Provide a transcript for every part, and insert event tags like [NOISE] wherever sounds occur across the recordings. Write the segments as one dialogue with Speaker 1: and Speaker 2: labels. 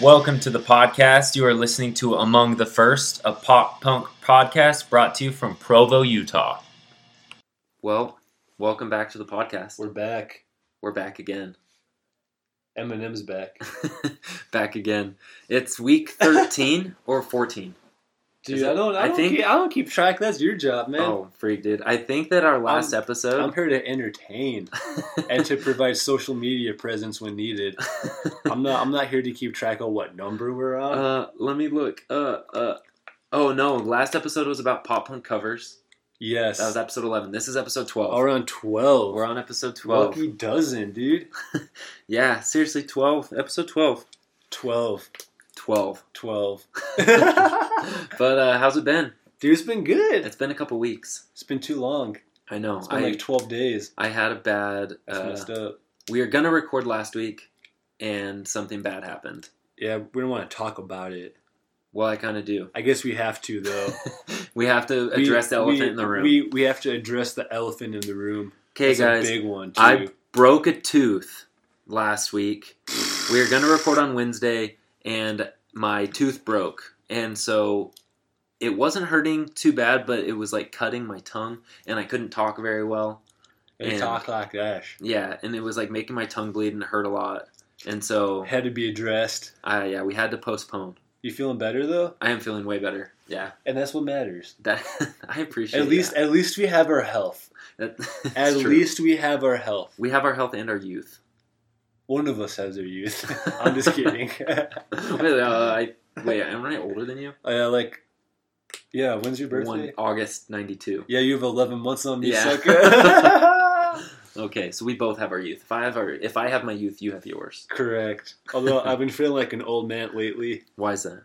Speaker 1: Welcome to the podcast. You are listening to Among the First, a pop punk podcast brought to you from Provo, Utah.
Speaker 2: Well, welcome back to the podcast.
Speaker 3: We're back.
Speaker 2: We're back again. [LAUGHS]
Speaker 3: Eminem's back.
Speaker 2: back again. It's week
Speaker 3: [LAUGHS]
Speaker 2: 13 or 14.
Speaker 3: Dude,
Speaker 2: Is it-
Speaker 3: I don't. I,
Speaker 2: I
Speaker 3: don't
Speaker 2: think-
Speaker 3: Keep, I don't keep track. That's your job, man.
Speaker 2: Oh, freak, dude. I think that our last
Speaker 3: I'm
Speaker 2: episode.
Speaker 3: here
Speaker 2: [LAUGHS]
Speaker 3: to entertain and to provide social media presence when needed. I'm not. I'm not here to keep track of what number we're on.
Speaker 2: uh, let me look. Uh, uh. Oh, no. Last episode was about pop punk covers.
Speaker 3: yes,
Speaker 2: That was episode 11. This is episode 12.
Speaker 3: Oh, we're on 12
Speaker 2: We're on episode 12.
Speaker 3: Lucky dozen, dude.
Speaker 2: Yeah, seriously, 12. Episode 12.
Speaker 3: 12.
Speaker 2: 12.
Speaker 3: [LAUGHS] 12.
Speaker 2: [LAUGHS] But uh, how's it been?
Speaker 3: dude, it's been good.
Speaker 2: It's been a couple weeks.
Speaker 3: It's been too long.
Speaker 2: I know.
Speaker 3: It's been
Speaker 2: I,
Speaker 3: like 12 days.
Speaker 2: I had a bad.
Speaker 3: That's
Speaker 2: uh,
Speaker 3: messed up.
Speaker 2: we were gonna record last week and something bad happened
Speaker 3: Yeah, we don't want to talk about it.
Speaker 2: well i kind of do
Speaker 3: I guess we have to though.
Speaker 2: we have to
Speaker 3: We-
Speaker 2: [LAUGHS] address the elephant
Speaker 3: we-
Speaker 2: in the room
Speaker 3: We we have to address the elephant in the room.
Speaker 2: okay
Speaker 3: It's
Speaker 2: guys
Speaker 3: a big one too.
Speaker 2: I- broke a tooth last week we were gonna record on wednesday and my tooth broke and so it wasn't hurting too bad but it was like cutting my tongue and i couldn't talk very well
Speaker 3: They
Speaker 2: and-
Speaker 3: talk like that.
Speaker 2: yeah and it was like making my tongue bleed and it hurt a lot and so
Speaker 3: Had to be addressed.
Speaker 2: I, yeah we had to postpone
Speaker 3: You feeling better though,
Speaker 2: i am feeling way better yeah
Speaker 3: and that's what matters.
Speaker 2: that [LAUGHS] i appreciate
Speaker 3: At least,
Speaker 2: that.
Speaker 3: at least we have our health.
Speaker 2: That- [LAUGHS] that's
Speaker 3: At
Speaker 2: true.
Speaker 3: least we have our health.
Speaker 2: we have our health and our youth. [LAUGHS]
Speaker 3: One of us has our youth. I'm just kidding. [LAUGHS]
Speaker 2: wait, uh, I, wait, am I older than you?
Speaker 3: uh, like, yeah. When's your birthday?
Speaker 2: One August ninety two.
Speaker 3: Yeah, you have 11 months on me,
Speaker 2: Yeah. [LAUGHS]
Speaker 3: sucker.
Speaker 2: Okay, so we both have our youth. If I have our, if I have my youth, you have yours.
Speaker 3: Correct. Although I've been feeling like an old man lately.
Speaker 2: Why is that?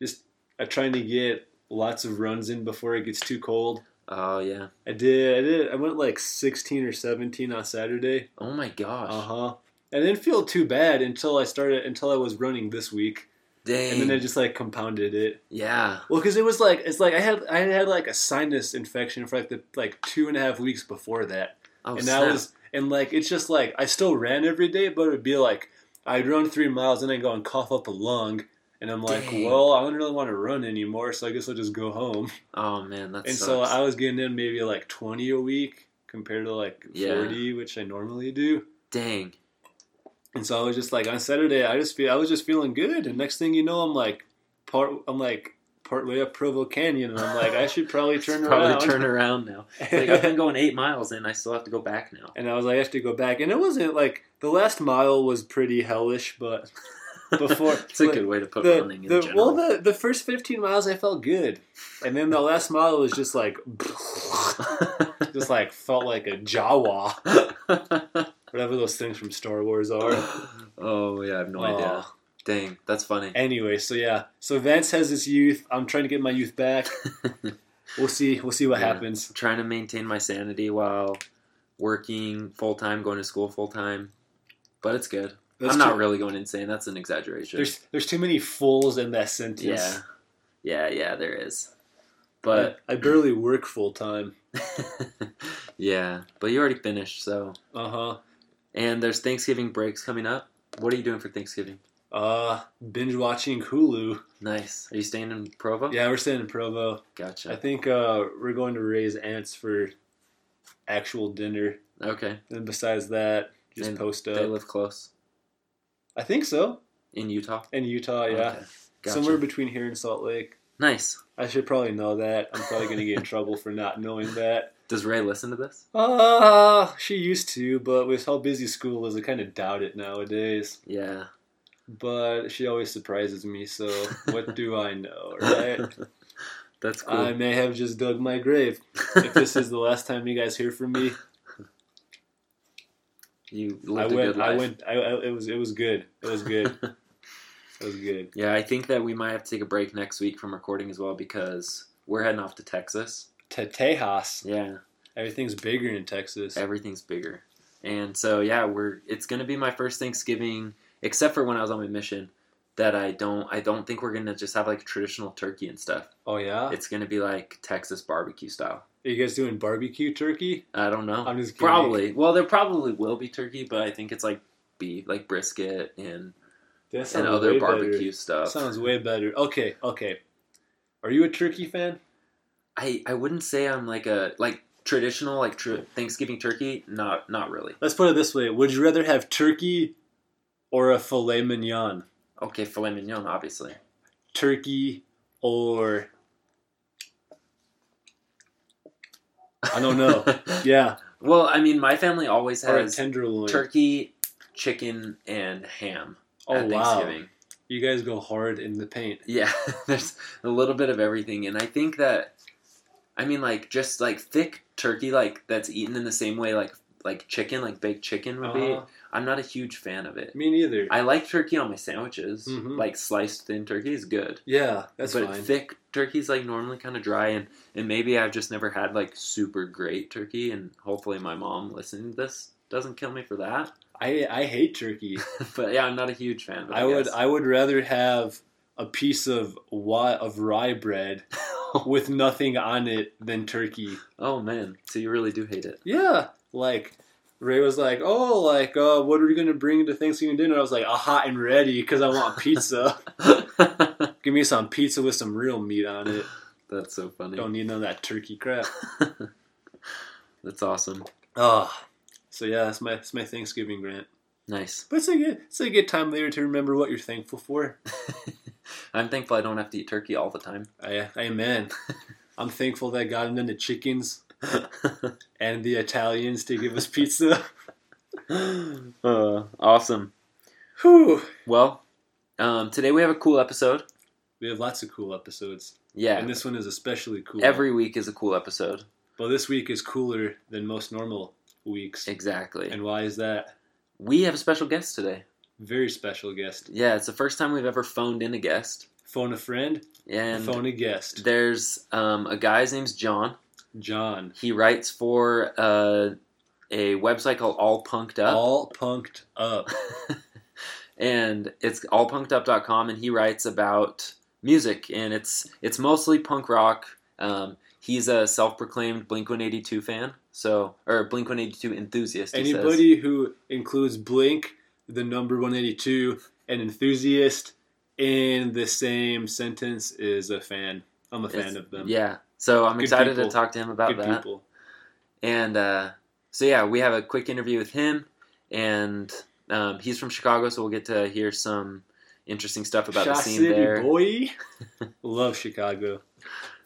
Speaker 3: Just I'm trying to get lots of runs in before it gets too cold.
Speaker 2: Oh yeah.
Speaker 3: I did. I did. I went like 16 or 17 on Saturday.
Speaker 2: Oh my gosh.
Speaker 3: Uh huh. I didn't feel too bad until I started until I was running this week,
Speaker 2: Dang.
Speaker 3: and then I just like compounded it.
Speaker 2: yeah.
Speaker 3: Well, because it was like it's like I had I had like a sinus infection for like the like two and a half weeks before that,
Speaker 2: Oh,
Speaker 3: and
Speaker 2: snap.
Speaker 3: that was and like it's just like I still ran every day, but it'd be like I'd run three miles and then go and cough up a lung. And I'm like,
Speaker 2: Dang.
Speaker 3: well, I don't really want to run anymore, so I guess I'll just go home.
Speaker 2: Oh man, that's.
Speaker 3: and so I was getting in maybe like 20 a week compared to like
Speaker 2: Yeah.
Speaker 3: 40, which I normally do.
Speaker 2: Dang.
Speaker 3: And so I was just like on Saturday, I just feel I was just feeling good, and next thing you know, I'm like part I'm like partway up Provo Canyon, and I'm like I
Speaker 2: [LAUGHS]
Speaker 3: should probably turn
Speaker 2: Probably
Speaker 3: around. [LAUGHS]
Speaker 2: turn around now. It's Like, I've been going eight miles and I still have to go back now.
Speaker 3: and I was like I have to go back, and it wasn't like the last mile was pretty hellish, but
Speaker 2: [LAUGHS]
Speaker 3: Before-
Speaker 2: it's a good way to put
Speaker 3: the,
Speaker 2: running in
Speaker 3: the well
Speaker 2: general.
Speaker 3: the the first 15 miles I felt good, and then the last mile was just like [LAUGHS] just like felt like a Jawa, whatever those things from Star Wars are.
Speaker 2: [LAUGHS] oh yeah, I have no idea.
Speaker 3: Aw.
Speaker 2: Dang, that's funny.
Speaker 3: Anyway, so yeah, so Vance has his youth. I'm trying to get my youth back. We'll see. We'll see what
Speaker 2: Yeah. [LAUGHS]
Speaker 3: happens.
Speaker 2: trying to maintain my sanity while working full time, going to school full time. But it's good.
Speaker 3: There's
Speaker 2: I'm not
Speaker 3: too,
Speaker 2: really going insane. That's an exaggeration.
Speaker 3: There's there's too many fools in that sentence.
Speaker 2: yeah, yeah, yeah. There is. But [LAUGHS]
Speaker 3: I, I barely work full time.
Speaker 2: yeah, but you already finished. So
Speaker 3: Uh huh.
Speaker 2: and there's Thanksgiving breaks coming up. What are you doing for Thanksgiving?
Speaker 3: Uh, binge watching Hulu.
Speaker 2: Nice. Are you staying in Provo?
Speaker 3: Yeah, we're staying in Provo. I
Speaker 2: Gotcha.
Speaker 3: think uh, we're going to raise ants for actual dinner.
Speaker 2: Okay.
Speaker 3: And besides that, just
Speaker 2: And
Speaker 3: post
Speaker 2: They
Speaker 3: up.
Speaker 2: live close
Speaker 3: I think so.
Speaker 2: in Utah.
Speaker 3: In Utah, yeah,
Speaker 2: Okay. Gotcha.
Speaker 3: somewhere between here and Salt Lake.
Speaker 2: Nice.
Speaker 3: I should probably know that. I'm probably
Speaker 2: [LAUGHS]
Speaker 3: gonna get in trouble for not knowing that.
Speaker 2: Does Ray listen to this?
Speaker 3: Uh, she used to, but with how busy school is, I kind of doubt it nowadays.
Speaker 2: Yeah.
Speaker 3: But she always surprises me, so what
Speaker 2: [LAUGHS]
Speaker 3: do I know, right?
Speaker 2: That's cool. [LAUGHS]
Speaker 3: I may have just dug my grave. If this is the last time you guys hear from me,
Speaker 2: you [LAUGHS]
Speaker 3: I
Speaker 2: lived a good
Speaker 3: went,
Speaker 2: life.
Speaker 3: I went, I, I, it was, it was good. It
Speaker 2: [LAUGHS]
Speaker 3: was good. it was good.
Speaker 2: Yeah, I think that we might have to take a break next week from recording as well because we're heading off to Texas.
Speaker 3: To Tejas,
Speaker 2: Yeah,
Speaker 3: everything's bigger in Texas.
Speaker 2: everything's bigger. And so yeah, we're it's going to be my first Thanksgiving except for when I was on my mission that I don't I don't think we're going to just have like traditional turkey and stuff.
Speaker 3: Oh yeah,
Speaker 2: It's going to be like Texas barbecue style.
Speaker 3: are you guys doing barbecue turkey?
Speaker 2: I don't know.
Speaker 3: I'm just kidding.
Speaker 2: probably. Well, there probably will be turkey, but I think it's like beef, like brisket and
Speaker 3: That sounds
Speaker 2: and other
Speaker 3: way
Speaker 2: barbecue
Speaker 3: Better.
Speaker 2: stuff.
Speaker 3: Sounds way better. Okay, okay. Are you a turkey fan?
Speaker 2: I I wouldn't say I'm like a like traditional like tr- Thanksgiving turkey. Not not really.
Speaker 3: Let's put it this way: Would you rather have turkey or a filet mignon?
Speaker 2: Okay, filet mignon, obviously.
Speaker 3: Turkey or I
Speaker 2: [LAUGHS]
Speaker 3: don't know. yeah,
Speaker 2: well, I mean, my family always
Speaker 3: Oh, or a
Speaker 2: has
Speaker 3: tenderloin.
Speaker 2: turkey, chicken, and ham
Speaker 3: oh
Speaker 2: at
Speaker 3: wow,
Speaker 2: Thanksgiving.
Speaker 3: you guys go hard in the paint.
Speaker 2: Yeah, [LAUGHS] there's a little bit of everything, and I think that, I mean, like just like thick turkey, like that's eaten in the same way, like like chicken, like baked chicken would be.
Speaker 3: Uh-huh.
Speaker 2: I'm not a huge fan of it.
Speaker 3: Me neither.
Speaker 2: I like turkey on my sandwiches.
Speaker 3: Mhm.
Speaker 2: Like sliced thin turkey is good.
Speaker 3: yeah, that's
Speaker 2: but
Speaker 3: fine.
Speaker 2: thick turkey's like normally kind of dry and and maybe I've just never had like super great turkey and hopefully my mom listening to this doesn't kill me for that. [LAUGHS]
Speaker 3: I I hate turkey.
Speaker 2: but yeah, I'm not a huge fan. But [LAUGHS] I,
Speaker 3: I would
Speaker 2: guess.
Speaker 3: I would rather have a piece of wa- of rye bread with nothing on it than turkey.
Speaker 2: [LAUGHS] oh man, so you really do hate it.
Speaker 3: Yeah, like Ray was like, "Oh, like uh, what are you gonna bring to Thanksgiving dinner?" I was like, "A hot and ready because I want pizza.
Speaker 2: [LAUGHS]
Speaker 3: Give me some pizza with some real meat on it.
Speaker 2: That's so funny.
Speaker 3: Don't need none of that turkey crap."
Speaker 2: That's awesome.
Speaker 3: Ah, so yeah, that's my that's my Thanksgiving rant.
Speaker 2: Nice.
Speaker 3: But it's a good it's a good time later to remember what you're thankful for.
Speaker 2: I'm thankful I don't have to eat turkey all the
Speaker 3: [GASPS]
Speaker 2: time.
Speaker 3: I, amen. I'm thankful that God and then the chickens
Speaker 2: [LAUGHS]
Speaker 3: and the Italians to give us pizza. [LAUGHS]
Speaker 2: uh, awesome.
Speaker 3: Whew.
Speaker 2: Well, um, today we have a cool episode.
Speaker 3: We have lots of cool episodes,
Speaker 2: Yeah.
Speaker 3: and this one is especially cool.
Speaker 2: Every week is a cool episode.
Speaker 3: well, this week is cooler than most normal weeks,
Speaker 2: Exactly.
Speaker 3: and why is that?
Speaker 2: We have a special guest today.
Speaker 3: Very special guest.
Speaker 2: Yeah, it's the first time we've ever phoned in a guest.
Speaker 3: Phone a friend,
Speaker 2: And
Speaker 3: phone a guest.
Speaker 2: there's um, a guy, his name's John.
Speaker 3: John,
Speaker 2: He writes for uh, a website called All Punked Up.
Speaker 3: all punked up.
Speaker 2: [LAUGHS] and it's allpunkedup.com and he writes about music and it's it's mostly punk rock um, he's a self-proclaimed blink 182 fan so or blink 182 enthusiast [LAUGHS] he says.
Speaker 3: Anybody who includes Blink, the number 182, and enthusiast in the same sentence is a fan. I'm a fan
Speaker 2: It's-
Speaker 3: of them.
Speaker 2: yeah so i'm
Speaker 3: Good
Speaker 2: excited to
Speaker 3: people.
Speaker 2: talk to him about
Speaker 3: good
Speaker 2: that
Speaker 3: people.
Speaker 2: and uh, so yeah we have a quick interview with him and um, he's from chicago so we'll get to hear some interesting stuff about
Speaker 3: Shy
Speaker 2: the scene
Speaker 3: City
Speaker 2: there [LAUGHS]
Speaker 3: boy. Love Chicago.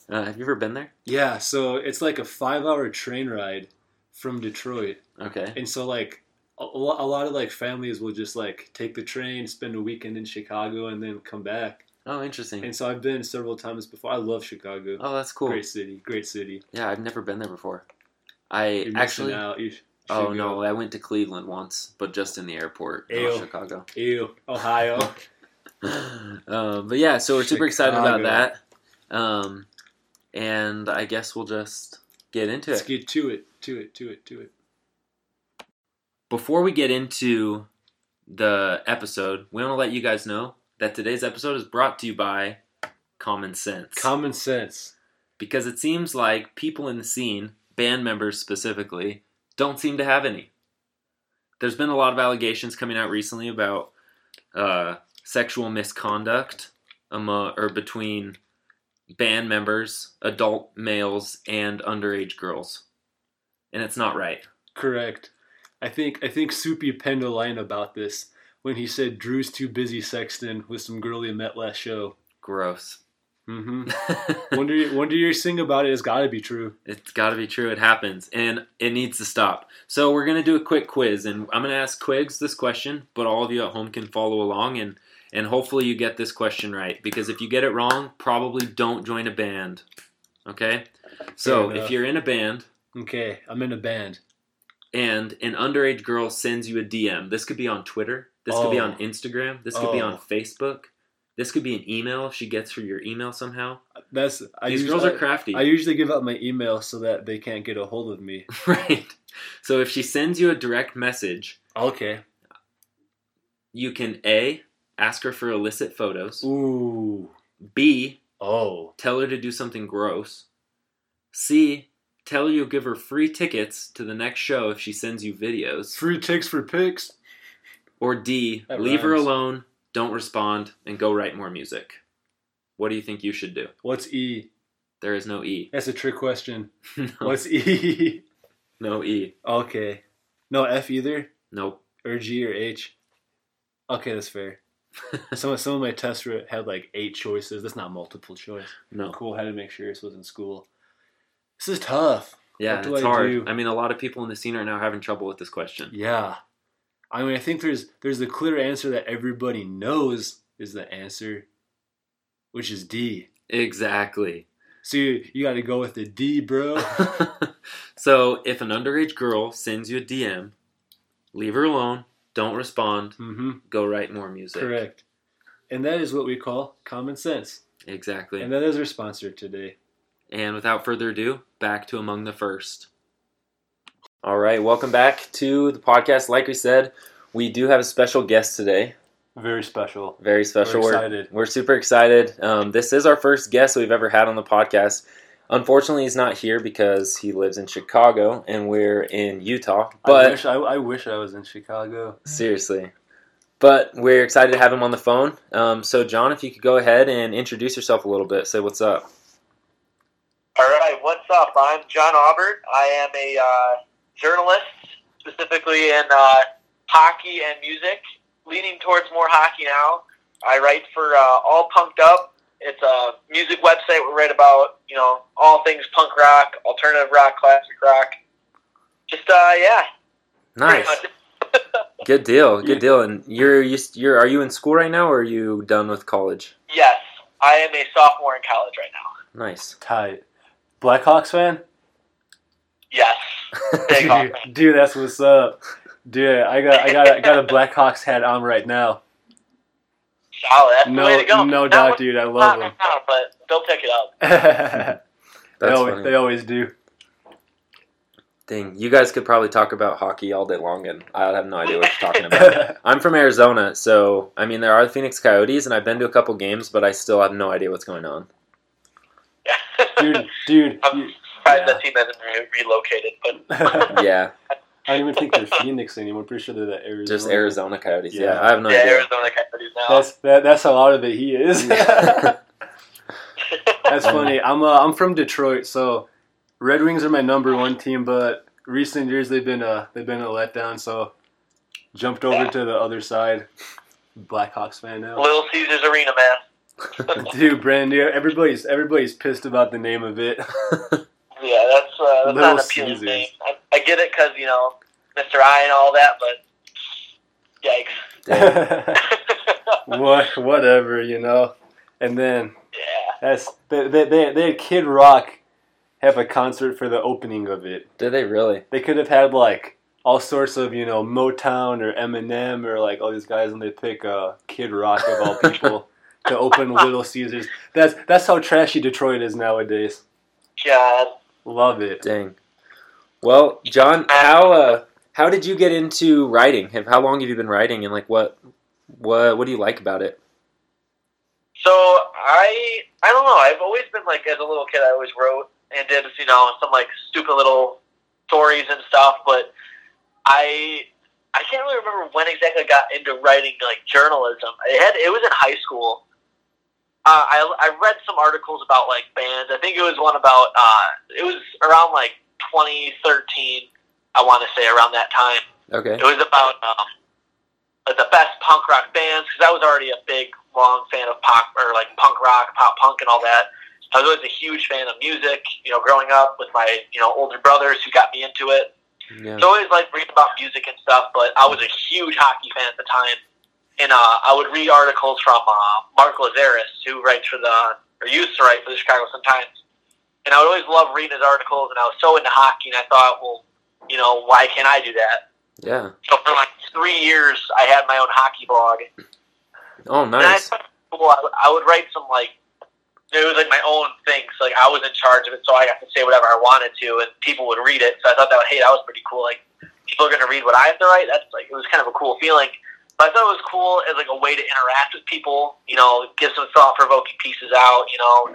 Speaker 2: uh, have you ever been there
Speaker 3: Yeah, so it's like a five-hour train ride from Detroit,
Speaker 2: okay
Speaker 3: and so like a, a lo- a lot of like families will just like take the train, spend a weekend in Chicago, and then come back.
Speaker 2: oh interesting
Speaker 3: And so I've been several times before. I love Chicago.
Speaker 2: oh that's cool
Speaker 3: Great city, great city.
Speaker 2: Yeah, I've never been there before. I
Speaker 3: You're missing
Speaker 2: actually.
Speaker 3: out. You sh- should
Speaker 2: Oh
Speaker 3: go.
Speaker 2: no, I went to Cleveland once, but just in the airport, not
Speaker 3: Ew.
Speaker 2: Chicago. [LAUGHS]
Speaker 3: ew, Ohio.
Speaker 2: Oh, um, but yeah, so we're super excited about
Speaker 3: Chicago.
Speaker 2: that. Um, and I guess we'll just get into
Speaker 3: Let's
Speaker 2: it.
Speaker 3: get to it, to it, to it, to it.
Speaker 2: Before we get into the episode, we want to let you guys know that today's episode is brought to you by Common Sense.
Speaker 3: Common sense.
Speaker 2: because it seems like people in the scene, band members specifically, don't seem to have any. There's been a lot of allegations coming out recently about uh, sexual misconduct among, or between band members, adult males, and underage girls. And it's not right.
Speaker 3: Correct. I think I think Soupy penned a line about this when he said Drew's too busy sexting with some girl he met last show.
Speaker 2: Gross. [LAUGHS]
Speaker 3: Mm-hmm. wonder wonder your sing about it has got to be true.
Speaker 2: It's got to be true. It happens, and it needs to stop. So we're gonna do a quick quiz, and I'm gonna ask Quigs this question, but all of you at home can follow along, and and hopefully you get this question right. Because if you get it wrong, probably don't join a band. Okay. So
Speaker 3: Fair enough.
Speaker 2: if you're in a band
Speaker 3: Okay, I'm in a band.
Speaker 2: and an underage girl sends you a DM, this could be on Twitter, this could be
Speaker 3: Oh.
Speaker 2: on Instagram, this could be
Speaker 3: Oh.
Speaker 2: on Facebook, this could be an email if she gets through your email somehow.
Speaker 3: That's I
Speaker 2: These
Speaker 3: usually,
Speaker 2: girls are crafty.
Speaker 3: I usually give out my email so that they can't get a hold of me.
Speaker 2: [LAUGHS] right. So if she sends you a direct message.
Speaker 3: Okay.
Speaker 2: you can A, ask her for illicit photos,
Speaker 3: Ooh.
Speaker 2: B,
Speaker 3: Oh.
Speaker 2: tell her to do something gross, C, tell her you'll give her free tickets to the next show if she sends you videos,
Speaker 3: Free ticks for pics.
Speaker 2: or D,
Speaker 3: That
Speaker 2: leave her
Speaker 3: rhymes.
Speaker 2: alone, don't respond, and go write more music. What do you think you should do?
Speaker 3: What's E?
Speaker 2: There is no E. [LAUGHS]
Speaker 3: That's a trick question.
Speaker 2: no,
Speaker 3: What's E? [LAUGHS]
Speaker 2: no E.
Speaker 3: okay. No F either?
Speaker 2: Nope.
Speaker 3: Or G or H? Okay,
Speaker 2: [LAUGHS]
Speaker 3: that's fair. some, of- some of my tests were, had like eight choices. That's not multiple choice.
Speaker 2: No.
Speaker 3: Cool, had to make sure this was in school. This is tough.
Speaker 2: Yeah,
Speaker 3: What do
Speaker 2: it's
Speaker 3: I
Speaker 2: hard.
Speaker 3: do?
Speaker 2: I mean, a lot of people in the scene right now are having trouble with this question.
Speaker 3: Yeah. I mean, I think there's there's the clear answer that everybody knows is the answer, which is D.
Speaker 2: Exactly.
Speaker 3: So you, you got to go with the D, [LAUGHS] bro.
Speaker 2: [LAUGHS] so, if an underage girl sends you a DM, leave her alone, don't respond,
Speaker 3: hmm
Speaker 2: go write more music.
Speaker 3: Correct. And that is what we call common sense.
Speaker 2: Exactly.
Speaker 3: And that is our sponsor today.
Speaker 2: And without further ado, back to Among the First. All right, welcome back to the podcast. Like we said, we do have a special guest today.
Speaker 3: Very special.
Speaker 2: Very special.
Speaker 3: We're
Speaker 2: We're,
Speaker 3: excited.
Speaker 2: we're super excited. Um, this is our first guest we've ever had on the podcast. Unfortunately, he's not here because he lives in Chicago and we're in Utah.
Speaker 3: I
Speaker 2: But
Speaker 3: wish I, I wish I was in Chicago.
Speaker 2: seriously, but we're excited to have him on the phone. Um, so, John, if you could go ahead and introduce yourself a little bit, say what's up.
Speaker 4: All right, what's up? I'm John Aubert. I am a uh, journalist, specifically in uh, hockey and music, leaning towards more hockey now. I write for uh, All Punked Up. It's a music website. We write about you know all things punk rock, alternative rock, classic rock. Just uh, yeah, pretty
Speaker 2: Nice,
Speaker 4: much. [LAUGHS]
Speaker 2: good deal, good
Speaker 3: Yeah.
Speaker 2: deal. And you're you, you're are you in school right now or are you done with college?
Speaker 4: Yes, I am a sophomore in college right now.
Speaker 2: Nice. [LAUGHS]
Speaker 3: Tight. Blackhawks fan?
Speaker 4: Yes, big Hawk
Speaker 3: Dude,
Speaker 4: fan.
Speaker 3: dude, that's what's up. Dude, I got I got a, got a Blackhawks hat on right now.
Speaker 4: Solid. That's the way
Speaker 3: No,
Speaker 4: to go.
Speaker 3: no
Speaker 4: Not
Speaker 3: doubt,
Speaker 4: what-
Speaker 3: dude. I
Speaker 4: Not
Speaker 3: love them.
Speaker 4: right now, but they'll pick it up.
Speaker 3: [LAUGHS] they,
Speaker 2: That's
Speaker 3: always, they
Speaker 2: funny. [LAUGHS]
Speaker 3: always do.
Speaker 2: Thing. You guys could probably talk about hockey all day long, and I have no idea what you're talking about.
Speaker 3: [LAUGHS]
Speaker 2: I'm from Arizona, so I mean there are the Phoenix Coyotes, and I've been to a couple games, but I still have no idea what's going on.
Speaker 3: dude, dude,
Speaker 4: I'm
Speaker 3: you-
Speaker 4: [LAUGHS]
Speaker 3: [LAUGHS]
Speaker 4: surprised
Speaker 3: Yeah.
Speaker 4: that team hasn't re- relocated, but
Speaker 3: I
Speaker 2: Yeah,
Speaker 3: don't even think they're Phoenix anymore. I'm pretty sure they're the Arizona.
Speaker 2: just Arizona Coyotes. Yeah,
Speaker 3: Yeah.
Speaker 2: I have no
Speaker 4: yeah,
Speaker 2: idea.
Speaker 4: Arizona Coyotes now.
Speaker 3: That's that, that's how out of it he is. [LAUGHS] that's
Speaker 2: [LAUGHS]
Speaker 3: funny. I'm uh, I'm from Detroit, so Red Wings are my number one team. But recent years they've been a they've been a letdown. So jumped over to the other side. Blackhawks fan now,
Speaker 4: Little Caesars Arena, man.
Speaker 3: dude. Brand new. Everybody's everybody's pissed about the name of it.
Speaker 2: [LAUGHS]
Speaker 4: yeah, that's, uh, that's not
Speaker 3: Little
Speaker 4: an appealing
Speaker 3: Caesars.
Speaker 4: name. I, I get it because, you know, Mr. I and all that, but yikes. [LAUGHS]
Speaker 2: Damn.
Speaker 3: [LAUGHS] what whatever you know. And then
Speaker 4: yeah.
Speaker 3: that's they they they, they had Kid Rock have a concert for the opening of it.
Speaker 2: Did they really?
Speaker 3: they could have had like all sorts of you know Motown or Eminem or like all these guys, and they pick uh, Kid Rock of
Speaker 4: [LAUGHS]
Speaker 3: all people to open Little Caesars. That's that's how trashy Detroit is nowadays.
Speaker 4: God.
Speaker 3: Love it.
Speaker 2: Dang. Well, John, how uh, how did you get into writing? Have how long have you been writing, and like what what what do you like about it?
Speaker 4: So I I don't know. I've always been like as a little kid. I always wrote and did you know some like stupid little stories and stuff. But I I can't really remember when exactly I got into writing like journalism. It had it was in high school. Uh, I I read some articles about like bands. I think it was one about uh, it was around like 2013. I want to say around that time.
Speaker 2: Okay.
Speaker 4: It was about um, like the best punk rock bands because I was already a big, long fan of pop or like punk rock, pop punk, and all that. I was always a huge fan of music. You know, growing up with my you know older brothers who got me into it.
Speaker 2: Yeah.
Speaker 4: So I always like reading about music and stuff, but I was a huge hockey fan at the time, and uh, I would read articles from uh, Mark Lazaris, who writes for the or used to write for the Chicago Sun Times, and I would always love reading his articles. And I was so into hockey, and I thought, well, you know, why can't I do that?
Speaker 2: Yeah.
Speaker 4: So for like three years, I had my own hockey blog,
Speaker 2: Oh,
Speaker 4: and I
Speaker 2: nice.
Speaker 4: thought, well, I, I would write some like it was like my own thing. So like I was in charge of it, so I got to say whatever I wanted to, and people would read it. So I thought that hey, that was pretty cool. Like people are going to read what I have to write. That's like it was kind of a cool feeling. But I thought it was cool as like a way to interact with people. You know, give some thought provoking pieces out. You know,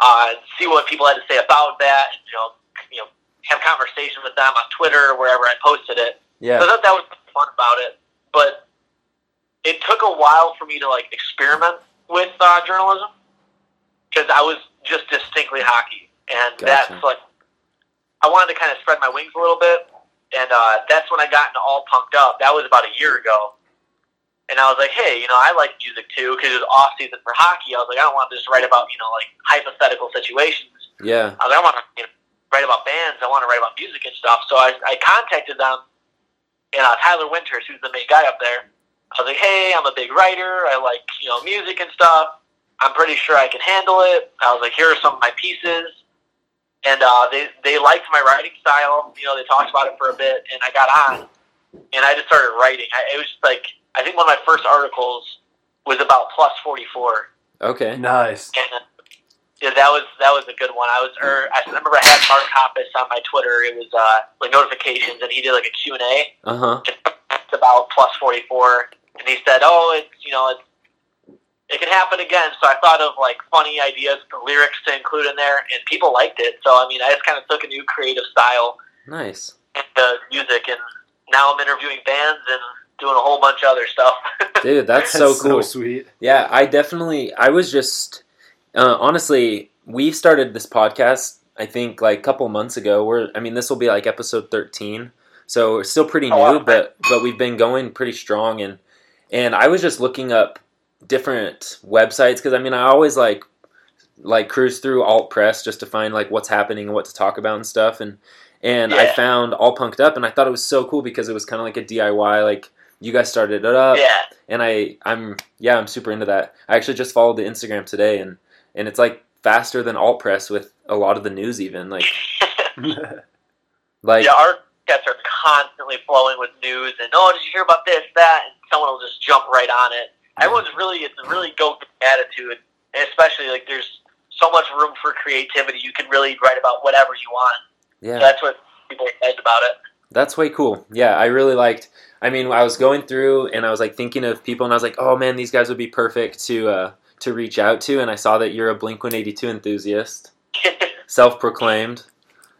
Speaker 4: uh, see what people had to say about that. And, you know, you know, have conversation with them on Twitter or wherever I posted it. So
Speaker 2: Yeah.
Speaker 4: I thought that was fun about it. But it took a while for me to like experiment with uh, journalism because I was just distinctly hockey, and
Speaker 2: Gotcha.
Speaker 4: that's like I wanted to kind of spread my wings a little bit, and uh, that's when I got into all punked up. That was about a year ago, and I was like, hey, you know, I like music too because it was off season for hockey. I was like, I don't want to just write about you know like hypothetical situations.
Speaker 2: Yeah.
Speaker 4: I, was like, I want to you know, write about bands. I want to write about music and stuff. So I, I contacted them, and uh, Tyler Winters, who's the main guy up there. I was like, hey, I'm a big writer. I like you know music and stuff. I'm pretty sure I can handle it. I was like, here are some of my pieces, and uh, they they liked my writing style. You know, they talked about it for a bit, and I got on, and I just started writing. I, it was just like I think one of my first articles was about plus forty four
Speaker 2: Okay.
Speaker 3: Nice.
Speaker 4: and yeah, that was that was a good one. I was or I remember I had Mark Hoppus on my Twitter. It was uh, like notifications, and he did like a Q and A
Speaker 2: Uh huh.
Speaker 4: it's about plus 44 and he said oh it's you know it's it can happen again so i thought of like funny ideas for lyrics to include in there and people liked it so i mean i just kind of took a new creative style
Speaker 2: Nice.
Speaker 4: into music and now i'm interviewing bands and doing a whole bunch of other stuff
Speaker 2: Dude, that's
Speaker 3: [LAUGHS]
Speaker 2: so cool.
Speaker 3: sweet.
Speaker 2: Yeah, I definitely. I was just uh, honestly, we started this podcast. I think like a couple months ago. We're. I mean, this will be like episode thirteen. So we're still pretty
Speaker 4: Oh,
Speaker 2: new,
Speaker 4: wow.
Speaker 2: but but we've been going pretty strong. And and I was just looking up different websites because I mean I always like like cruise through alt press just to find like what's happening and what to talk about and stuff and and I
Speaker 4: Yeah.
Speaker 2: found all punked up and I thought it was so cool because it was kind of like a DIY like you guys started it up
Speaker 4: yeah
Speaker 2: and I I'm yeah I'm super into that. I actually just followed the Instagram today and and it's like faster than alt press with a lot of the news even like like
Speaker 4: yeah our guests are constantly flowing with news and oh did you hear about this that and someone will just jump right on it everyone's really it's a really go attitude and especially like there's so much room for creativity you can really write about whatever you want
Speaker 2: yeah.
Speaker 4: so that's what people said about it
Speaker 2: That's way cool. Yeah, I really liked. I mean, I was going through and I was like thinking of people, and I was like, oh man, these guys would be perfect to uh, to reach out to. And I saw that you're a Blink One Eighty Two enthusiast, self proclaimed,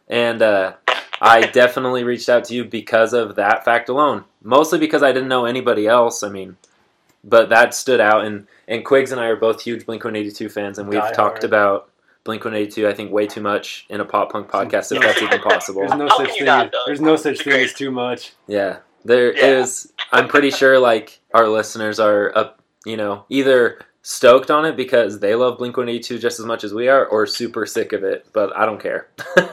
Speaker 2: and uh, I definitely reached out to you because of that fact alone. Mostly because I didn't know anybody else. I mean, but that stood out. And and Quigs and I are both huge Blink One Eighty Two fans, and we've
Speaker 3: Die
Speaker 2: talked
Speaker 3: hard.
Speaker 2: about Blink One Eighty Two. I think way too much in a pop punk podcast, if that's even possible.
Speaker 3: [LAUGHS] There's no
Speaker 4: How
Speaker 3: such
Speaker 4: can you
Speaker 3: thing.
Speaker 4: not,
Speaker 3: as-
Speaker 4: though?
Speaker 3: there's no such
Speaker 4: It's
Speaker 3: thing as
Speaker 4: great.
Speaker 3: too much.
Speaker 2: Yeah, there is.
Speaker 4: Yeah.
Speaker 2: I'm pretty sure like our listeners are up, you know, either stoked on it because they love Blink One Eighty Two just as much as we are, or super sick of it. But I don't care.
Speaker 4: [LAUGHS]
Speaker 2: [LAUGHS]
Speaker 4: do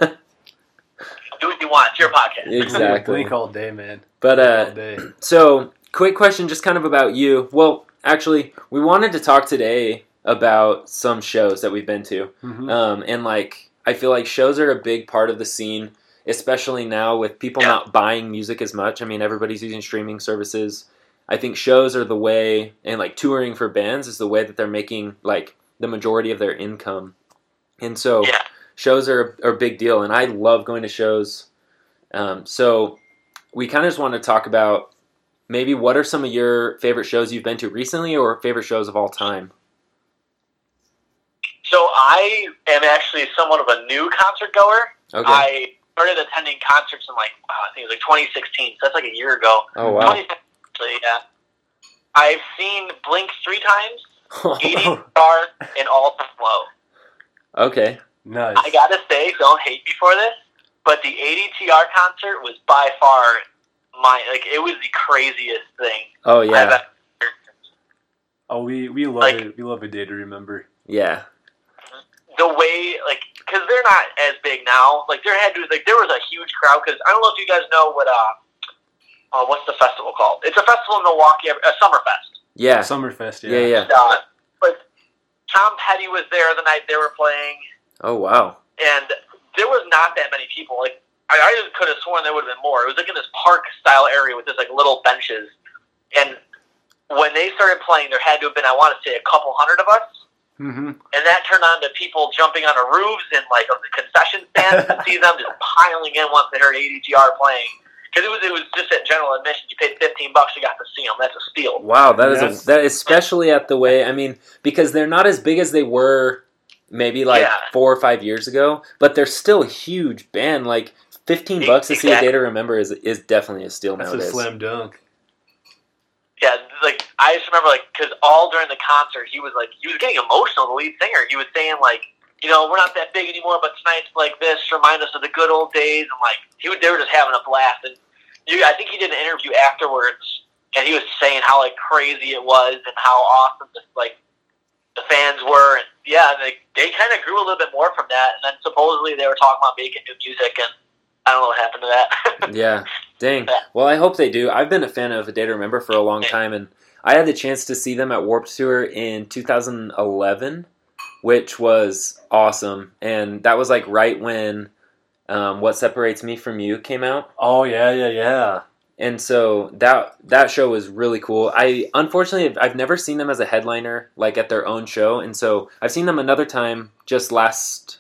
Speaker 4: what you want it's your podcast
Speaker 2: exactly.
Speaker 3: Blink all day, man.
Speaker 2: But uh,
Speaker 3: all day.
Speaker 2: so quick question, just kind of about you. Well, actually, we wanted to talk today about some shows that we've been to.
Speaker 3: Mhm.
Speaker 2: Um, and like, I feel like shows are a big part of the scene, especially now with people
Speaker 4: Yeah.
Speaker 2: not buying music as much. I mean, everybody's using streaming services. I think shows are the way, and like touring for bands is the way that they're making like the majority of their income. And so
Speaker 4: Yeah.
Speaker 2: shows are, are a big deal, and I love going to shows. Um, so we kind of just want to talk about maybe what are some of your favorite shows you've been to recently or favorite shows of all time?
Speaker 4: [LAUGHS] so i am actually somewhat of a new concert goer
Speaker 2: Okay.
Speaker 4: i started attending concerts in like wow, i think it was like 2016 so that's like a year ago
Speaker 2: oh, wow.
Speaker 4: 2016, actually, yeah i've seen blink three times
Speaker 2: Oh.
Speaker 4: 80 star and all time low.
Speaker 2: [LAUGHS] okay.
Speaker 3: nice.
Speaker 4: I gotta say, don't hate me for this, but the 80 TR concert was by far my like it was the craziest thing.
Speaker 2: Oh
Speaker 4: I've
Speaker 2: yeah,
Speaker 4: ever-
Speaker 3: oh, we we love
Speaker 4: like-
Speaker 3: it. We love a day to remember.
Speaker 2: yeah,
Speaker 4: the way like because they're not as big now. Like there had to like there was a huge crowd because I don't know if you guys know what uh, uh what's the festival called? It's a festival in Milwaukee, a Summerfest.
Speaker 2: yeah,
Speaker 3: Summerfest.
Speaker 2: yeah, yeah.
Speaker 4: Uh, but Tom Petty was there the night they were playing.
Speaker 2: Oh wow,
Speaker 4: and there was not that many people. Like I, I just could have sworn there would have been more. It was like in this park style area with just like little benches, and when they started playing, there had to have been I want to say a couple hundred of us,
Speaker 3: Mm-hmm.
Speaker 4: and that turned on to people jumping on the roofs and like on the concession stands and see them just piling in once they heard ADGR playing. Because it was it was just at general admission. You paid fifteen bucks, you got to see them. That's a steal.
Speaker 2: wow, that is
Speaker 3: Yes.
Speaker 2: a, that especially at the way. I mean, because they're not as big as they were maybe like
Speaker 4: Yeah.
Speaker 2: four or five years ago, but they're still a huge band. Like fifteen bucks to see a
Speaker 4: Exactly.
Speaker 2: day to remember is is definitely a steal
Speaker 3: That's a
Speaker 2: nowadays.
Speaker 3: slam dunk.
Speaker 4: Yeah, like I just remember like because all during the concert he was like he was getting emotional. The lead singer he was saying like you know we're not that big anymore, but tonight's like this remind us of the good old days and like he would, they were just having a blast. And you, I think he did an interview afterwards and he was saying how like crazy it was and how awesome the, like the fans were. And yeah, and they they kind of grew a little bit more from that. And then supposedly they were talking about making new music and. I don't know what happened to that. [LAUGHS]
Speaker 2: yeah. Dang. Well, I hope they do. I've been a fan of A Day to Remember for a long time, and I had the chance to see them at Warped Tour in 2011, which was awesome. And that was like right when um, What Separates Me from You came out.
Speaker 3: Oh yeah, yeah, yeah.
Speaker 2: And so that that show was really cool. I unfortunately I've never seen them as a headliner like at their own show, and so I've seen them another time just last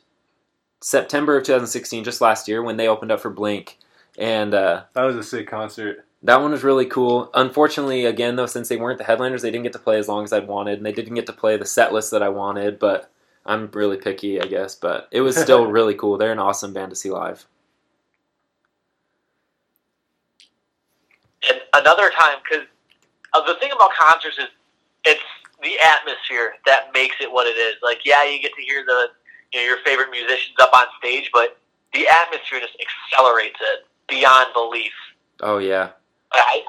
Speaker 2: September of 2016, just last year when they opened up for Blink, and uh,
Speaker 3: That was a sick concert.
Speaker 2: that one was really cool. Unfortunately, again though, since they weren't the headliners, they didn't get to play as long as I'd wanted, and they didn't get to play the set list that I wanted. But I'm really picky, I guess. But it was
Speaker 3: [LAUGHS]
Speaker 2: still really cool. They're an awesome band to see live.
Speaker 4: and another time because uh, the thing about concerts is it's the atmosphere that makes it what it is. Like, yeah, you get to hear the you know, your favorite musicians up on stage, but the atmosphere just accelerates it beyond belief.
Speaker 2: Oh
Speaker 3: [LAUGHS]
Speaker 2: yeah,
Speaker 4: I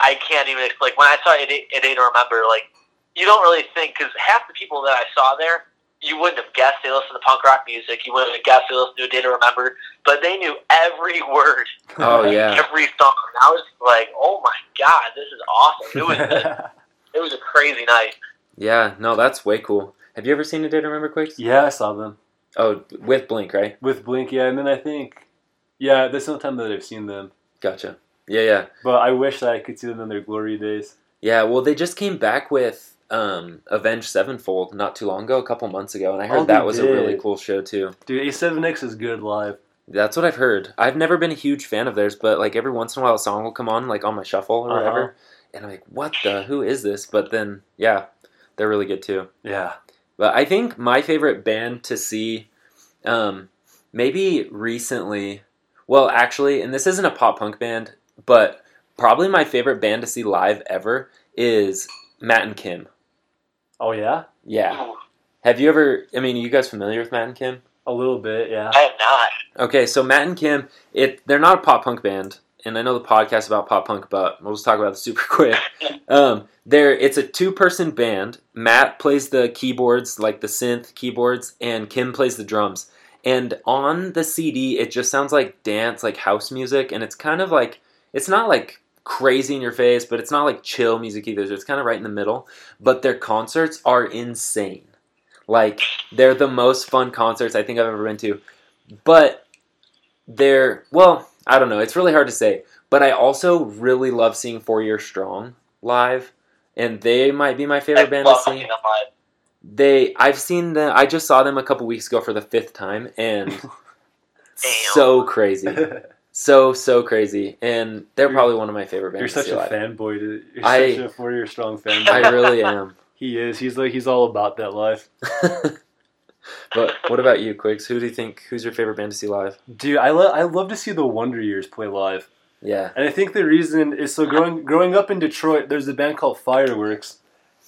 Speaker 4: I can't even ex- like when I saw it. It ain't remember like you don't really think because half the people that I saw there. You wouldn't have guessed they listened to punk rock music. You wouldn't have guessed they listened to a day to remember, but they knew every [LAUGHS] word
Speaker 2: oh
Speaker 3: [LAUGHS]
Speaker 2: yeah.
Speaker 4: every song. And I was like, "Oh my god, this is awesome!" It was
Speaker 2: [LAUGHS]
Speaker 4: a,
Speaker 3: [LAUGHS]
Speaker 4: it was a crazy night.
Speaker 2: Yeah, no, that's way cool. Have you ever seen a Day to Remember Quicks?
Speaker 3: yeah, I saw them
Speaker 2: Oh, with Blink, right?
Speaker 3: with Blink. Yeah, and then I think, yeah, that's the only time that I've seen them.
Speaker 2: Gotcha. Yeah, yeah.
Speaker 3: But I wish that I could see them in their glory days.
Speaker 2: Yeah, well, they just came back with um, Avenged Sevenfold not too long ago, a couple months ago, and I heard
Speaker 3: Oh, they
Speaker 2: that was a really
Speaker 3: did.
Speaker 2: cool show, too.
Speaker 3: Dude, A7X is good live.
Speaker 2: That's what I've heard. I've never been a huge fan of theirs, but, like, every once in a while a song will come on, like, on my shuffle or
Speaker 3: Uh-huh.
Speaker 2: whatever, and I'm like, what the? Who is this? But then, yeah, they're really good, too.
Speaker 3: Yeah.
Speaker 2: But I think my favorite band to see, um, maybe recently, well, actually, and this isn't a pop punk band, but probably my favorite band to see live ever is Matt and Kim.
Speaker 3: Oh yeah,
Speaker 2: Yeah. Have you ever, I mean, are you guys familiar with Matt and Kim?
Speaker 3: a little bit. Yeah.
Speaker 4: I have not.
Speaker 2: Okay, so Matt and Kim, it they're not a pop punk band, and I know the podcast about pop punk, but we'll just talk about it super [LAUGHS] quick. Um, there, it's a two person band. Matt plays the keyboards, like the synth keyboards, and Kim plays the drums. And on the CD, it just sounds like dance, like house music, and it's kind of like it's not like crazy in your face, but it's not like chill music either. It's kind of right in the middle. But their concerts are insane. Like they're the most fun concerts I think I've ever been to. But they're well i don't know it's really hard to say but i also really love seeing four year strong live and they might be my
Speaker 4: I
Speaker 2: favorite band to
Speaker 4: love
Speaker 2: see
Speaker 4: seeing them live.
Speaker 2: they i've seen them i just saw them a couple weeks ago for the fifth time
Speaker 3: [LAUGHS]
Speaker 2: and so crazy so so crazy and they're
Speaker 3: You're-
Speaker 2: probably one of my favorite
Speaker 3: You're
Speaker 2: bands to
Speaker 3: such
Speaker 2: see
Speaker 3: a
Speaker 2: live
Speaker 3: fanboy. dude. You're
Speaker 2: I-
Speaker 3: such a four-year strong fanboy.
Speaker 2: i
Speaker 3: [LAUGHS]
Speaker 2: really am [LAUGHS]
Speaker 3: he is. He's like he's all about that life.
Speaker 2: but what about you quicks who do you think who's your favorite band to see live
Speaker 3: Dude, I love I love to see the Wonder Years play live.
Speaker 2: yeah
Speaker 3: And I think the reason is so growing growing up in Detroit, there's a band called Fireworks,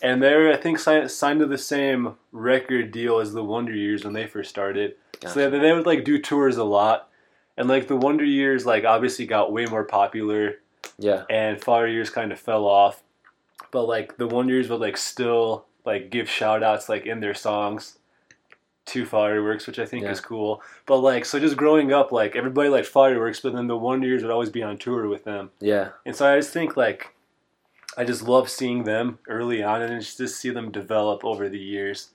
Speaker 3: and they're I think signed, signed to the same record deal as the Wonder Years when they first started. So
Speaker 2: Gotcha.
Speaker 3: they, they would like do tours a lot, and like the Wonder Years like obviously got way more popular,
Speaker 2: yeah
Speaker 3: and Fire Years kind of fell off, but like the Wonder Years would like still like give shout outs like in their songs to Fireworks, which I think
Speaker 2: Yeah.
Speaker 3: is cool. But like so just growing up, like everybody liked Fireworks, but then the Wonder Years would always be on tour with them.
Speaker 2: yeah
Speaker 3: And so I just think like I just love seeing them early on and just just see them develop over the years.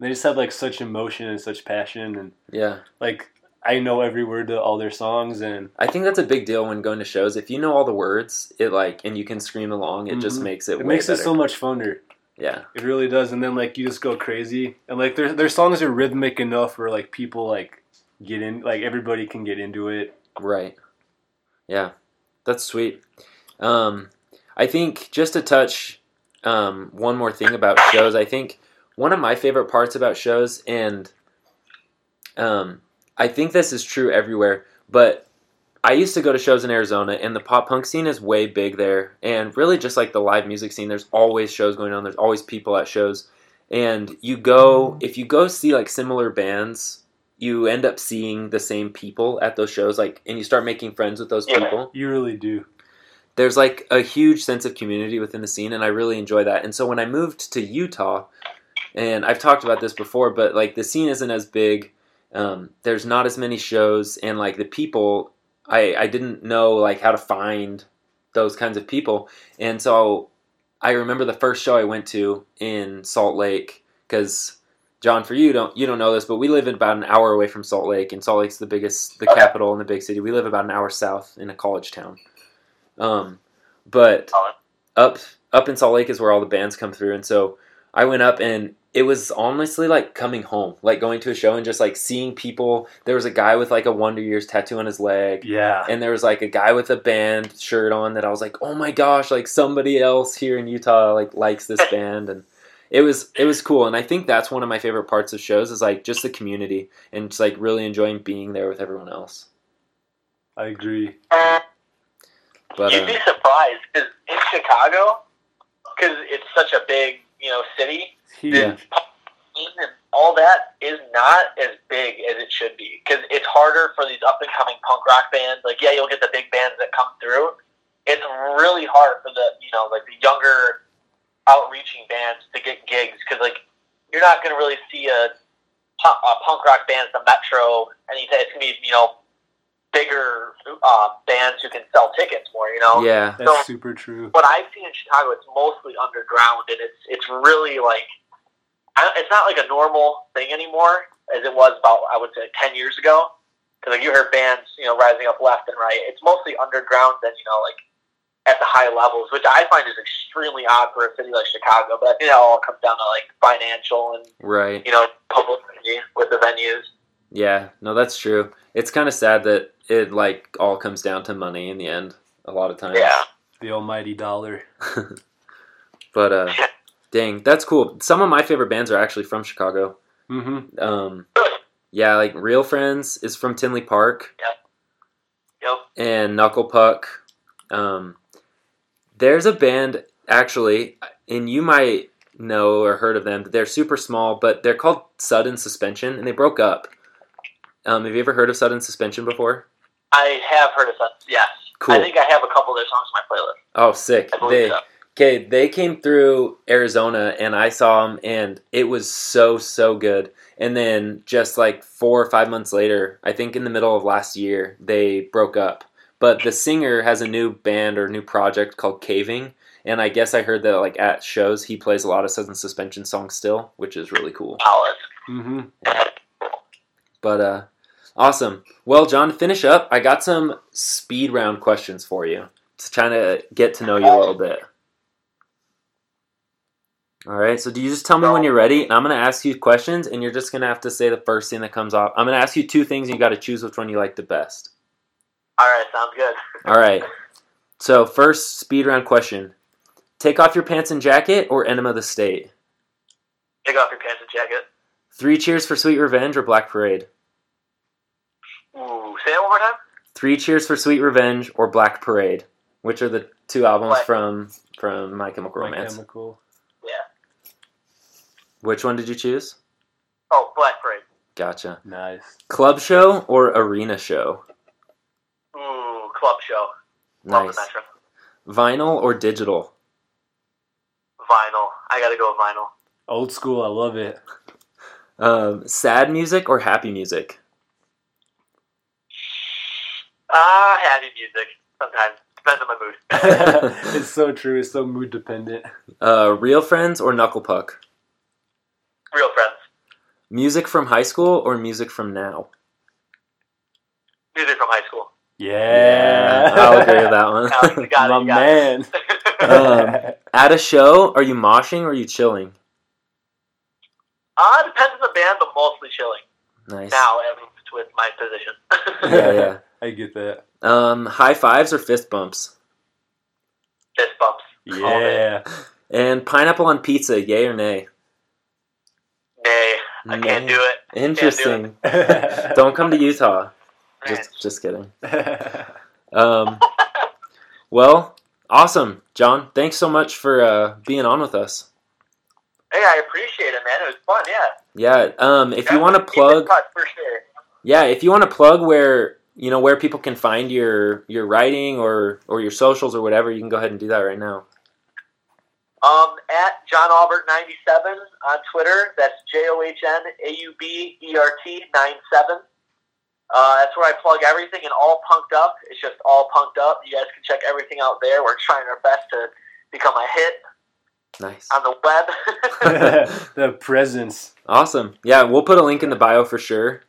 Speaker 3: They just have like such emotion and such passion and
Speaker 2: yeah
Speaker 3: like I know every word to all their songs and
Speaker 2: I think that's a big deal when going to shows. If you know all the words, it like and you can scream along, it just
Speaker 3: Mhm.
Speaker 2: makes it,
Speaker 3: it
Speaker 2: way
Speaker 3: makes
Speaker 2: better.
Speaker 3: it so much funner.
Speaker 2: yeah,
Speaker 3: It really does. And then like you just go crazy and like their their songs are rhythmic enough where like people like get in like everybody can get into it.
Speaker 2: right. Yeah. That's sweet. Um I think just to touch um one more thing about shows, I think one of my favorite parts about shows and um I think this is true everywhere, but I used to go to shows in Arizona, and the pop punk scene is way big there. And really, just like the live music scene, there's always shows going on. There's always people at shows. And you go, if you go see like similar bands, you end up seeing the same people at those shows. Like, and you start making friends with those
Speaker 4: Yeah.
Speaker 2: people.
Speaker 3: You really do.
Speaker 2: There's like a huge sense of community within the scene, and I really enjoy that. And so when I moved to Utah, and I've talked about this before, but like the scene isn't as big. Um, there's not as many shows, and like the people, I I didn't know like how to find those kinds of people, and so I remember the first show I went to in Salt Lake because John, for you don't you don't know this, but we live about an hour away from Salt Lake, and Salt Lake's the biggest, the capital and the big city. We live about an hour south in a college town, um, but
Speaker 4: Solid.
Speaker 2: up up in Salt Lake is where all the bands come through, and so I went up and it was honestly like coming home, like going to a show and just like seeing people. There was a guy with like a Wonder Years tattoo on his leg,
Speaker 3: Yeah.
Speaker 2: and there was like a guy with a band shirt on that I was like, oh my gosh, like somebody else here in Utah like likes this band, and it was it was cool. And I think that's one of my favorite parts of shows is like just the community and just like really enjoying being there with everyone else.
Speaker 3: I agree.
Speaker 4: [LAUGHS]
Speaker 2: But
Speaker 4: You'd
Speaker 2: uh,
Speaker 4: be surprised because in Chicago, because it's such a big you know city,
Speaker 3: Huge.
Speaker 2: Yeah.
Speaker 4: and all that is not as big as it should be because it's harder for these up and coming punk rock bands. Like yeah, you'll get the big bands that come through. It's really hard for the you know like the younger outreaching bands to get gigs because like you're not going to really see a, pu- a punk rock band at the Metro anytime. It's going to be you know bigger uh, bands who can sell tickets more. You know
Speaker 2: yeah,
Speaker 3: That's super true.
Speaker 4: what I've seen in Chicago, it's mostly underground, and it's it's really like I, it's not like a normal thing anymore as it was about I would say ten years ago. Because like you heard bands, you know, rising up left and right. It's mostly underground than you know like at the high levels, which I find is extremely odd for a city like Chicago. But I think that all comes down to like financial and
Speaker 2: right.
Speaker 4: you know publicity with the venues.
Speaker 2: Yeah, no, that's true. It's kind of sad that it like all comes down to money in the end a lot of times.
Speaker 4: Yeah.
Speaker 3: The almighty dollar.
Speaker 2: [LAUGHS] But uh, dang, that's cool. Some of my favorite bands are actually from Chicago.
Speaker 3: Mm-hmm.
Speaker 2: Um, yeah, like Real Friends is from Tinley Park
Speaker 4: You know,
Speaker 2: and Knuckle Puck. Um, there's a band actually, and you might know or heard of them. They're super small, but they're called Sudden Suspension, and they broke up. Um, have you ever heard of Sudden Suspension before?
Speaker 4: I have heard of that. Yes.
Speaker 2: Cool.
Speaker 4: I think I have a couple of their songs on my playlist.
Speaker 2: Oh, sick.
Speaker 4: I believe
Speaker 2: They,
Speaker 4: so.
Speaker 2: Okay, they came through Arizona and I saw them and it was so so good. And then just like 4 or 5 months later, I think in the middle of last year, they broke up. But the singer has a new band or new project called Caving, and I guess I heard that like at shows he plays a lot of Southern Suspension songs still, which is really cool.
Speaker 4: Solid.
Speaker 3: Mm-hmm.
Speaker 2: But uh awesome. Well, John, to finish up. I got some speed round questions for you. Just trying to get to know you a little bit. All right. So do you just tell me when you're ready and I'm going to ask you questions and you're just going to have to say the first thing that comes off. I'm going to ask you two things and you got to choose which one you like the best.
Speaker 4: All right. Sounds good. [LAUGHS]
Speaker 2: All right. So, first speed round question. Take off your pants and jacket or Enema of the State?
Speaker 4: Take off your pants and jacket.
Speaker 2: Three cheers for Sweet Revenge or Black Parade?
Speaker 4: Ooh, say that one more time.
Speaker 2: Three Cheers for Sweet Revenge or Black Parade, which are the two albums
Speaker 4: Black-
Speaker 2: from from My Chemical
Speaker 3: My
Speaker 2: Romance.
Speaker 3: chemical.
Speaker 2: which one did you choose?
Speaker 4: Oh, Black Parade.
Speaker 2: Gotcha.
Speaker 3: Nice.
Speaker 2: Club show or arena show?
Speaker 4: Ooh, club show. Love
Speaker 2: Nice.
Speaker 4: the Metro.
Speaker 2: Vinyl or digital?
Speaker 4: Vinyl. I gotta go with vinyl.
Speaker 3: Old school. I
Speaker 4: [LAUGHS]
Speaker 3: love it. [LAUGHS]
Speaker 2: Um, sad music or happy music?
Speaker 4: Ah, happy music. Sometimes depends on my mood.
Speaker 3: it's so true. It's so mood dependent.
Speaker 2: Uh, real friends or knuckle puck?
Speaker 4: Real friends.
Speaker 2: Music from high school or music from now?
Speaker 4: Music from high
Speaker 2: [LAUGHS]
Speaker 4: school.
Speaker 3: Yeah.
Speaker 2: I'll agree
Speaker 3: [LAUGHS]
Speaker 4: [LAUGHS]
Speaker 2: with
Speaker 4: Alex,
Speaker 2: that
Speaker 4: you
Speaker 2: one.
Speaker 4: got
Speaker 3: My
Speaker 4: it. You got it.
Speaker 3: man.
Speaker 2: Um, At a show, are you moshing or are you chilling?
Speaker 4: [LAUGHS] Ah, depends on the band, but mostly chilling.
Speaker 2: Nice.
Speaker 4: Now, at least with my position.
Speaker 2: Yeah, yeah.
Speaker 3: I get that.
Speaker 2: Um, high fives or fist bumps?
Speaker 4: [LAUGHS] Fist bumps.
Speaker 3: Yeah.
Speaker 2: And pineapple on pizza, yay or nay?
Speaker 4: Nay, I can't
Speaker 2: Nay.
Speaker 4: do it.
Speaker 2: Interesting.
Speaker 3: yeah.
Speaker 2: Don't come to Utah.
Speaker 4: Man.
Speaker 2: Just, just kidding.
Speaker 3: yeah,
Speaker 2: Um, [LAUGHS] well, awesome, John. Thanks so much for uh, being on with us.
Speaker 4: Hey, I appreciate it, man. It was fun. Yeah.
Speaker 2: Yeah. Um, if you want to
Speaker 4: Definitely keep in
Speaker 2: plug,
Speaker 4: touch for sure.
Speaker 2: yeah, if you want to plug where you know where people can find your your writing or or your socials or whatever, you can go ahead and do that right now.
Speaker 4: Um, at John Albert ninety seven on Twitter. That's J O H N A U B E R T nine seven. Uh, that's where I plug everything and all punked up. It's just all punked up. You guys can check everything out there. We're trying our best to become a hit
Speaker 2: Nice.
Speaker 4: on the web. [LAUGHS]
Speaker 3: [LAUGHS] the presence.
Speaker 2: Awesome. Yeah, we'll put a link in the bio for sure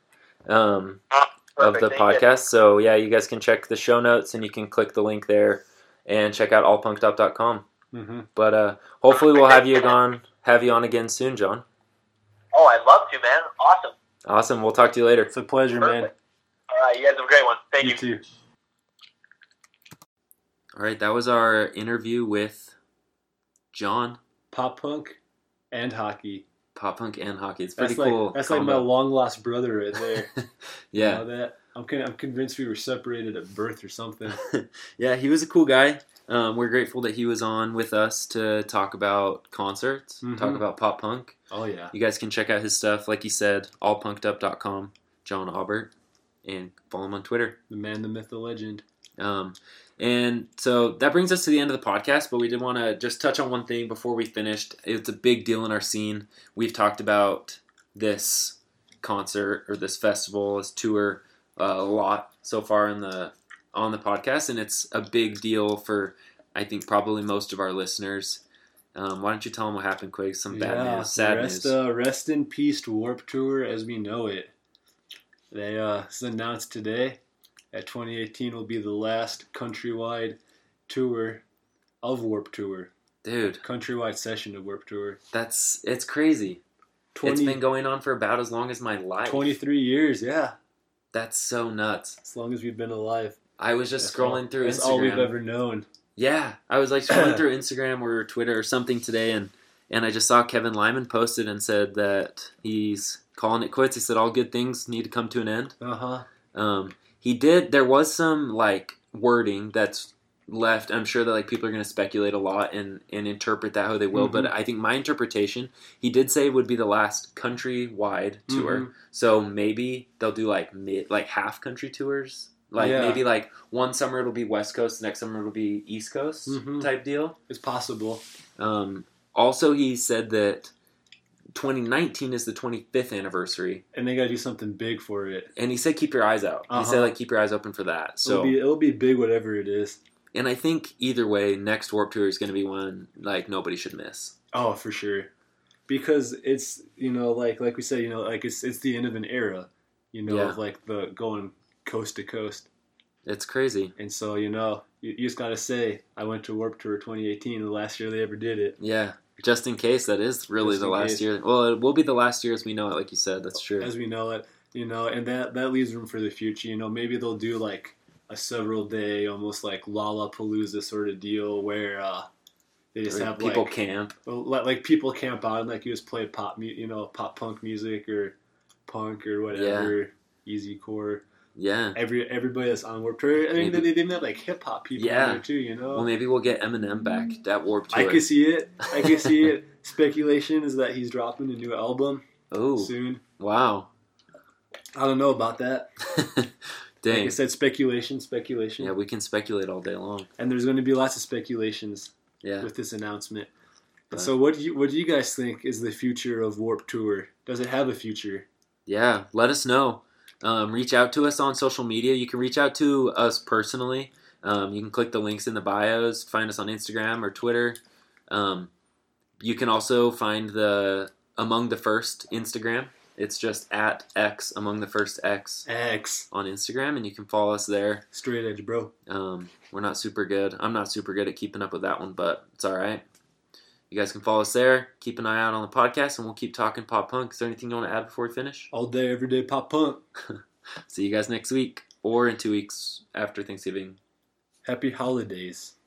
Speaker 2: um, of
Speaker 4: Perfect,
Speaker 2: the
Speaker 4: thank you.
Speaker 2: podcast. So yeah, you guys can check the show notes and you can click the link there and check out allpunkedup.com.
Speaker 3: hmm
Speaker 2: But uh, hopefully we'll have you on have you on again soon, John.
Speaker 4: Oh, I'd love to, man. Awesome.
Speaker 2: Awesome. We'll talk to you later.
Speaker 3: It's a pleasure, man.
Speaker 4: All right, you guys have a great one. Thank you.
Speaker 3: You too.
Speaker 2: All right, that was our interview with John
Speaker 3: Pop punk and hockey.
Speaker 2: Pop Punk and Hockey. It's
Speaker 3: That's
Speaker 2: pretty
Speaker 3: like
Speaker 2: cool.
Speaker 3: that's like my long lost brother
Speaker 4: [LAUGHS]
Speaker 3: right there. You
Speaker 2: [LAUGHS] yeah.
Speaker 3: know that? I'm con- I'm convinced we were separated at birth or something.
Speaker 2: [LAUGHS] yeah, he was a cool guy. Um, we're grateful that he was on with us to talk about concerts, talk
Speaker 3: Mhm.
Speaker 2: about pop punk.
Speaker 3: Oh yeah.
Speaker 2: You guys can check out his stuff, like he said, allpunkedup.com, John Albert, and follow him on Twitter.
Speaker 3: The man, the myth, the legend.
Speaker 2: Um, and so that brings us to the end of the podcast, but we did want to just touch on one thing before we finished. It's a big deal in our scene. We've talked about this concert or this festival, this tour uh, a lot so far in the on the podcast, and it's a big deal for I think probably most of our listeners. Um, why don't you tell them what happened, quick? Some bad news, sad
Speaker 3: rest,
Speaker 2: news.
Speaker 3: Uh, rest in peace, Warp Tour as we know it. They uh, it's announced today that 2018 will be the last countrywide tour of Warp Tour,
Speaker 2: Dude,
Speaker 3: countrywide session of Warp Tour.
Speaker 2: That's it's crazy.
Speaker 3: 20,
Speaker 2: it's been going on for about as long as my life.
Speaker 3: 23 years, yeah,
Speaker 2: That's so nuts.
Speaker 3: as long as we've been alive.
Speaker 2: I was just
Speaker 3: That's
Speaker 2: scrolling
Speaker 3: all-
Speaker 2: through
Speaker 3: That's
Speaker 2: Instagram.
Speaker 3: all we've ever known.
Speaker 2: Yeah, I was like
Speaker 3: [COUGHS]
Speaker 2: scrolling through Instagram or Twitter or something today, and and I just saw Kevin Lyman posted and said that he's calling it quits. He said all good things need to come to an end.
Speaker 3: Uh huh.
Speaker 2: Um, he did. There was some like wording that's left. I'm sure that like people are going to speculate a lot and and interpret that how they will.
Speaker 3: Mm-hmm.
Speaker 2: But I think my interpretation, he did say, would be the last countrywide tour.
Speaker 3: Mhm.
Speaker 2: So maybe they'll do like mid, like half country tours. Like
Speaker 3: Yeah.
Speaker 2: maybe like one summer it'll be West Coast, the next summer it'll be East Coast
Speaker 3: Mhm.
Speaker 2: type deal.
Speaker 3: It's possible.
Speaker 2: Um, also, he said that 2019 is the 25th anniversary,
Speaker 3: And they got to do something big for it.
Speaker 2: and he said keep your eyes out. He said
Speaker 3: Uh-huh.
Speaker 2: like keep your eyes open for that. So
Speaker 3: it'll be, it'll be big, whatever it is.
Speaker 2: And I think either way, next Warp Tour is going to be one like nobody should miss.
Speaker 3: Oh, for sure. Because it's you know like like we said you know like it's it's the end of an era, you know
Speaker 2: Yeah.
Speaker 3: of like the going coast to coast,
Speaker 2: It's crazy.
Speaker 3: and so you know you, you just gotta say I went to Warp Tour 2018 the last year they ever did it.
Speaker 2: Yeah. Just in case, that is really
Speaker 3: Just
Speaker 2: the
Speaker 3: in
Speaker 2: last
Speaker 3: case.
Speaker 2: year. Well, it will be the last year as we know it, like you said. That's true.
Speaker 3: as we know it, you know, and that that leaves room for the future. You know, maybe they'll do like a several day, almost like Lollapalooza sort of deal where uh, they just
Speaker 2: Or
Speaker 3: have
Speaker 2: people
Speaker 3: like,
Speaker 2: camp.
Speaker 3: like like people camp out and like you just play pop, mu- you know, pop punk music or punk or whatever, easy core.
Speaker 2: Yeah.
Speaker 3: Every everybody that's on Warped Tour, I mean, they,
Speaker 2: Maybe.
Speaker 3: they even have like hip hop people
Speaker 2: Yeah.
Speaker 3: on there too. You know,
Speaker 2: Well, maybe we'll get Eminem back at Warp
Speaker 3: I
Speaker 2: Tour.
Speaker 3: could see it. I could see
Speaker 2: [LAUGHS]
Speaker 3: it. Speculation is that he's dropping a new album
Speaker 2: Oh,
Speaker 3: soon.
Speaker 2: wow. [LAUGHS]
Speaker 3: I don't know about that. Like I
Speaker 2: Dang.
Speaker 3: said, speculation, speculation.
Speaker 2: Yeah, we can speculate all day long.
Speaker 3: and there's going to be lots of speculations
Speaker 2: Yeah.
Speaker 3: with this announcement.
Speaker 2: Right.
Speaker 3: And so, what do you what do you guys think is the future of Warp Tour? Does it have a future?
Speaker 2: Yeah, let us know. Um, reach out to us on social media. You can reach out to us personally. Um, you can click the links in the bios. Find us on Instagram or Twitter. Um, you can also find the Among the First Instagram. It's just at X Among the First X
Speaker 3: X
Speaker 2: on Instagram, and you can follow us there.
Speaker 3: straight edge, bro.
Speaker 2: Um, we're not super good. I'm not super good at keeping up with that one, but it's all right. You guys can follow us there. Keep an eye out on the podcast, and we'll keep talking pop punk. Is there anything you want to add before we finish?
Speaker 3: All day, every day, pop punk.
Speaker 2: See you guys next week or in two weeks after Thanksgiving.
Speaker 3: Happy holidays.